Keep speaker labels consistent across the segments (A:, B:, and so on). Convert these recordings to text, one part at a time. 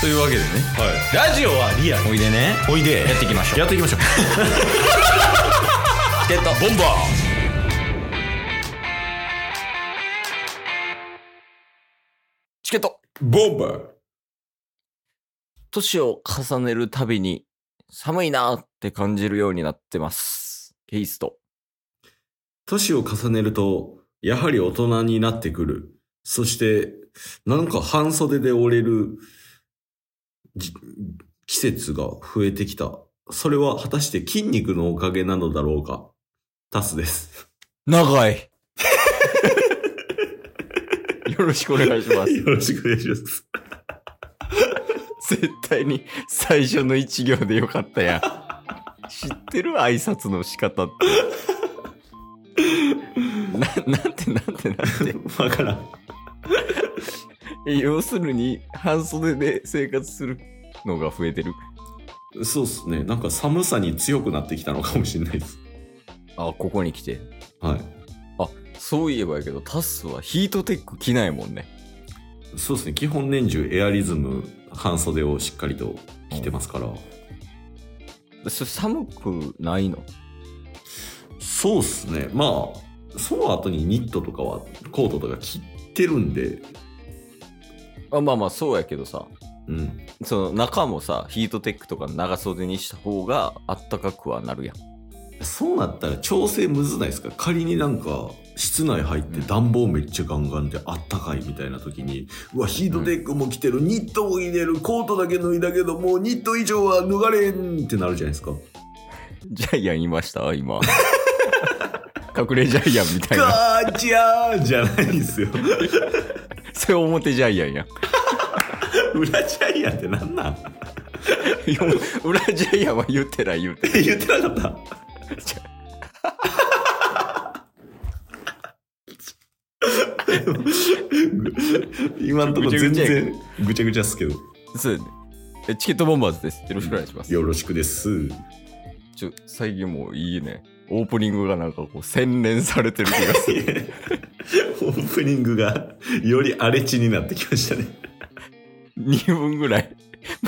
A: というわけでね
B: ラジオはリアル
A: おいでね
B: おいで
A: やっていきましょう
B: やってい きましょう
A: チケットボンバーチケット
B: ボンバー
A: 年を重ねるたびに寒いなーって感じるようになってますケイスト
B: 年を重ねると、やはり大人になってくる。そして、なんか半袖で折れるじ季節が増えてきた。それは果たして筋肉のおかげなのだろうか。タスです。
A: 長い よろしくお願いします
B: よろしくお願いします。
A: 絶対に最初の一行でよかった やん知ってる挨拶の仕方って な なんてなんてなんて
B: わからん。
A: え要するに半袖で生活するのが増えてる
B: そうっすね。なんか寒さに強くなってきたのかもしれないです。
A: あここに来て
B: はい。
A: あそういえばやけどタスはヒートテック着ないもんね
B: そうですね。基本年中エアリズム、半袖をしっかりと着てますから。
A: それ寒くないの
B: そうっすね。まあ、その後にニットとかは、コートとか切ってるんで、
A: あまあまあそうやけどさ
B: うん。
A: その中もさヒートテックとか長袖にした方があったかくはなるやん
B: そうなったら調整むずないですか仮になんか、室内入って暖房めっちゃガンガンであったかいみたいな時に、うわ、ヒートテックも着てる、ニットも着てる、コートだけ脱いだけど、もうニット以上は脱がれんってなるじゃないですか。
A: ジャイアンいました今。 隠れジャイアンみたいな。
B: ガーチャーじゃないんですよ。
A: それ表ジャイアンやん。
B: 裏ジャイアンってなんなん
A: いや裏ジャイアンは言ってない言ってない。
B: 言ってなかった今んとこ全然ぐちゃぐちゃっすけど
A: そうやねえチケットボンバーズです。よろしくお願いします。
B: よろしくです
A: ちょ最近もういいね。オープニングがなんかこう洗練されてる気がす
B: オ
A: る。
B: ープニングがより荒れ地になってきましたね
A: 2分ぐらい。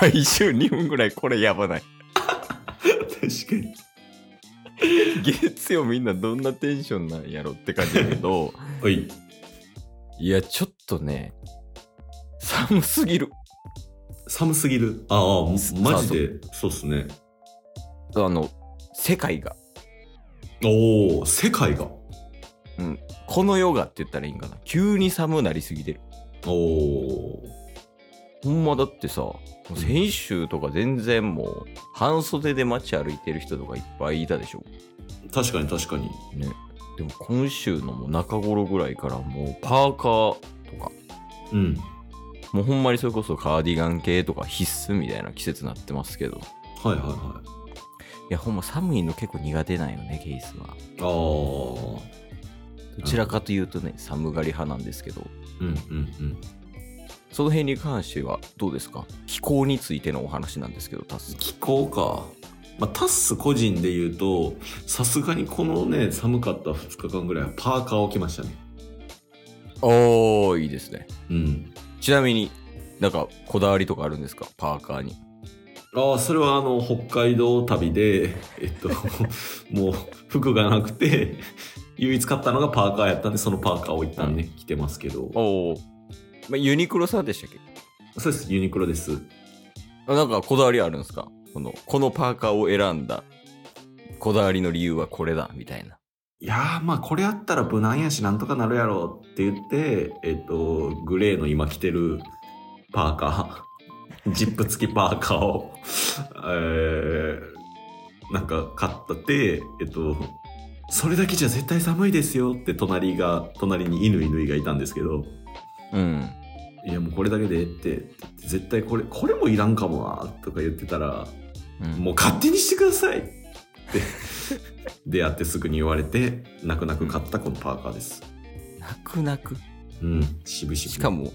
A: 毎週2分ぐらいこれやばない。
B: 確かに
A: 月曜みんなどんなテンションなんやろって感じだけど、
B: おい
A: いやちょっとね、寒すぎる。
B: 寒すぎるああマジでそうっすね
A: あの、世界が、
B: おお世界が
A: この世がって言ったらいいんかな。急に寒なりすぎてる。
B: おお
A: ほんまだってさ、もう先週とか全然もう、半袖で街歩いてる人とかいっぱいいたでしょ。
B: 確かに確かに
A: ね。でも今週のもう中頃ぐらいからもうパーカーとか、
B: うん
A: もうほんまにそれこそカーディガン系とか必須みたいな季節になってますけど。い
B: はいはいはい
A: やほんま寒いの結構苦手なんよね、ケースは。
B: ああ
A: どちらかというとね、寒がり派なんですけど、
B: うんうん
A: その辺に関してはどうですか気候についてのお話なんですけど、タス
B: うん。気候か、まあ、タッス個人で言うとさすがにこのね寒かった2日間ぐらいはパーカーを着ましたね
A: おー、いいですね。
B: うん
A: ちなみになんかこだわりとかあるんですかパーカーに。
B: ああそれはあの北海道旅でえっと もう服がなくて唯一買ったのがパーカーやったんでそのパーカーを一旦ね着てますけど
A: おお、まあ、ユニクロさんでしたっけ
B: そうですユニクロです
A: あなんかこだわりあるんですかこのこのパーカーを選んだこだわりの理由はこれだみたいな。
B: いやーまあこれあったら無難やしなんとかなるやろって言ってえっとグレーの今着てるパーカー ジップ付きパーカーをえー、なんか買ったってえっとそれだけじゃ絶対寒いですよって隣が隣に犬犬がいたんですけど
A: うん。
B: いやもうこれだけでって絶対これこれもいらんかもなとか言ってたら
A: うん、
B: もう勝手にしてくださいって出会ってすぐに言われて泣く泣く買ったこのパーカーです
A: 泣く泣く。
B: うんしぶしぶ
A: しかも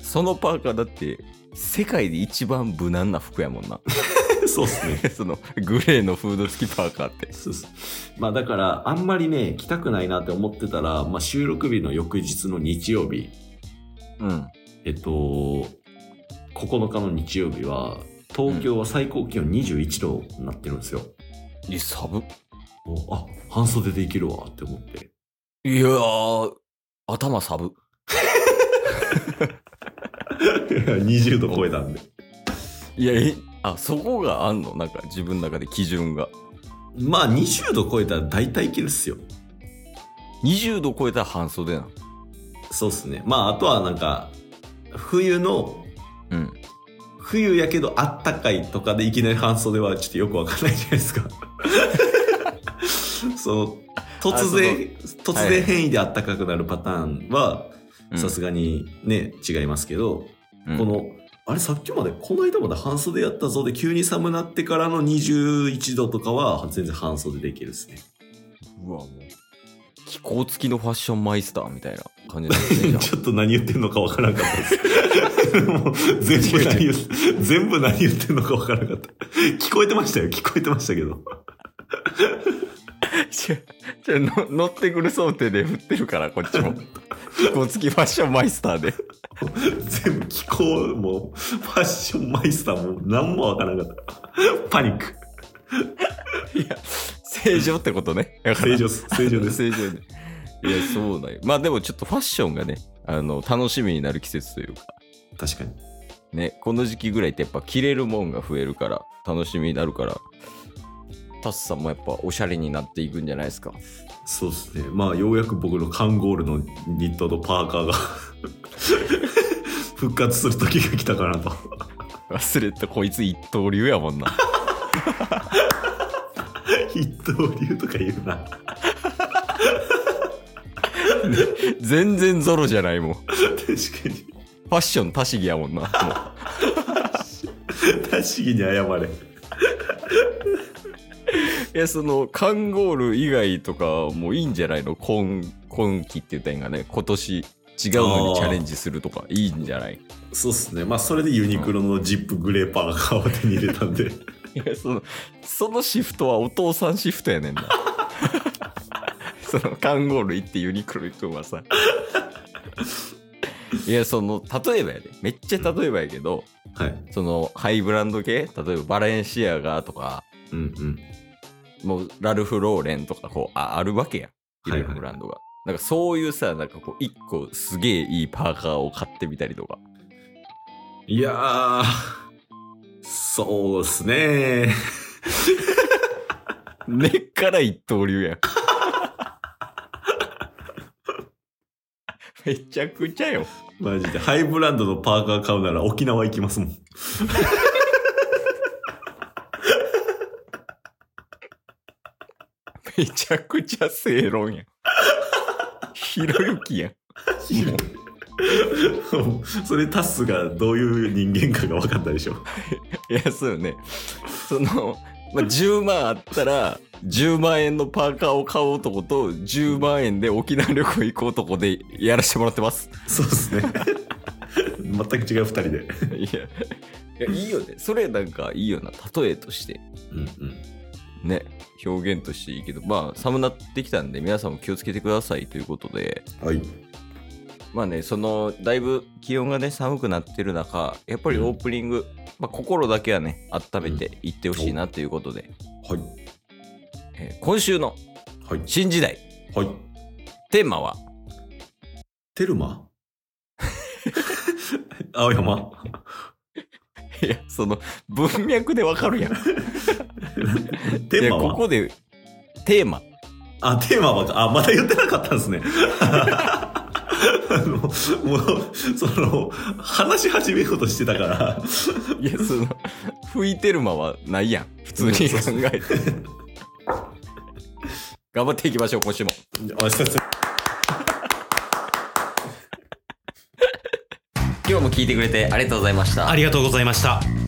A: そのパーカーだって世界で一番無難な服やもんな。
B: そうっすね
A: そのグレーのフード付きパーカーって。
B: そうっすまあだからあんまりね来たくないなって思ってたら、まあ、収録日の翌日の日曜日
A: うん。
B: えっと9日の日曜日は東京は最高気温21度になってるんですよ、
A: え、サブ
B: もうあ半袖でいけるわって思 って
A: いやー、頭サブ。
B: 20度超えたんで
A: いや、え、あ、そこがあんのなんか自分の中で基準が。
B: まあ20度超えたら大体いけるっすよ
A: 20度超えたら半袖なの。
B: そうっすねまああとはなんか冬の
A: うん。
B: 冬やけどあったかいとかでいきなり半袖はちょっとよくわかんないじゃない ですかそう突然突
A: はいは
B: 然
A: い
B: 変異であったかくなるパターンは
A: うん
B: さすがにね、違いますけど、
A: うん
B: このあれさっきまでこの間まで半袖やったぞで急に寒なってからの21度とかは全然半袖でいけるですね
A: うわ、もう。気候付きのファッションマイスターみたいな感じになってんじゃん。
B: ちょっと何言ってんのかわからんかった ですもう全部何言う全部何言ってんのかわからんかった聞こえてましたよ聞こえてましたけど
A: ちょ、ちょ、の乗ってくる想定で振ってるから、こっ ちも。気候付きファッションマイスタ ーで。
B: 全部気候もファッションマイスターも何もわからなかったパニック
A: いや、正常ってことね。だから
B: 正常です 正常です
A: 正常で。いや、そうだよ。まあでもちょっとファッションがね、あの、楽しみになる季節というか、
B: 確かに
A: ね、この時期ぐらいってやっぱ着れるもんが増えるから、楽しみになるから、タスさんもやっぱおしゃれになっていくんじゃないですか。
B: そうですねまあようやく僕のカンゴールのニットとパーカーが 復活する時が来たかなと
A: 忘れた、こいつ一刀流やもんな。
B: 一刀流とか言うな
A: 全然ゾロじゃないもん。フ
B: 確かに
A: ァッション多しぎやもんな。もう
B: 確かに謝れ
A: いや、その、カンゴール以外とかもいいんじゃないの今、今期って言ったんがね、今年違うのにチャレンジするとかいいんじゃない
B: そうですねまあそれでユニクロのジップグレーパーカーを手に入れたん
A: い
B: で
A: や、その、そのシフトはお父さんシフトやねんな。 その、カンゴール行ってユニクロ行くのはさ。いや、その、例えばやで。めっちゃ例えばやけど、
B: はい
A: その、ハイブランド系例えばバレンシアガとか、
B: うんうん
A: もうラルフ・ローレンとかこうああるわけやいろいろ
B: はいはい
A: ブランドが、なんかそういうさなんかこう一個すげえいいパーカーを買ってみたりとか
B: いやーそうですね
A: 根っから一刀流やん めちゃくちゃよ
B: マジで。ハイブランドのパーカー買うなら沖縄行きますもん。
A: めちゃくちゃ正論やんひろゆきやん
B: それタスがどういう人間かが分かったでしょ。
A: いやそうよねその、まあ、10万あったら10万円のパーカーを買う男と10万円で沖縄旅行行く男でやらせてもらってます
B: そうですね。全く違う二人で。
A: いや、いやいいよね。それなんかいいよな。例えとして、
B: うんうん。
A: ね、表現としていいけど、まあ、寒なってきたんで、皆さんも気をつけてくださいということで、
B: はい。
A: まあね、その、だいぶ気温がね、寒くなってる中、やっぱり
B: うん
A: オープニング、まあ、心だけはね、温めていってほしいなということで、
B: はい。
A: えー今週の
B: はい。
A: 新時代、
B: はい。
A: テーマは、
B: テル マ青山
A: いや、その、文脈でわかるやん。
B: テ
A: い
B: ー
A: や、
B: マ
A: こ
B: は
A: こで、テーマ。
B: あ、テーマはか、あ、まだ言ってなかったんですね。あの、もう、その、話し始めようとしてたから、
A: いや、その、吹いてる間はないやん。普通に考えて。頑張っていきましょう、今週も。
B: あすいません
A: 今日も聞いてくれてありがとうございました。
C: ありがとうございました。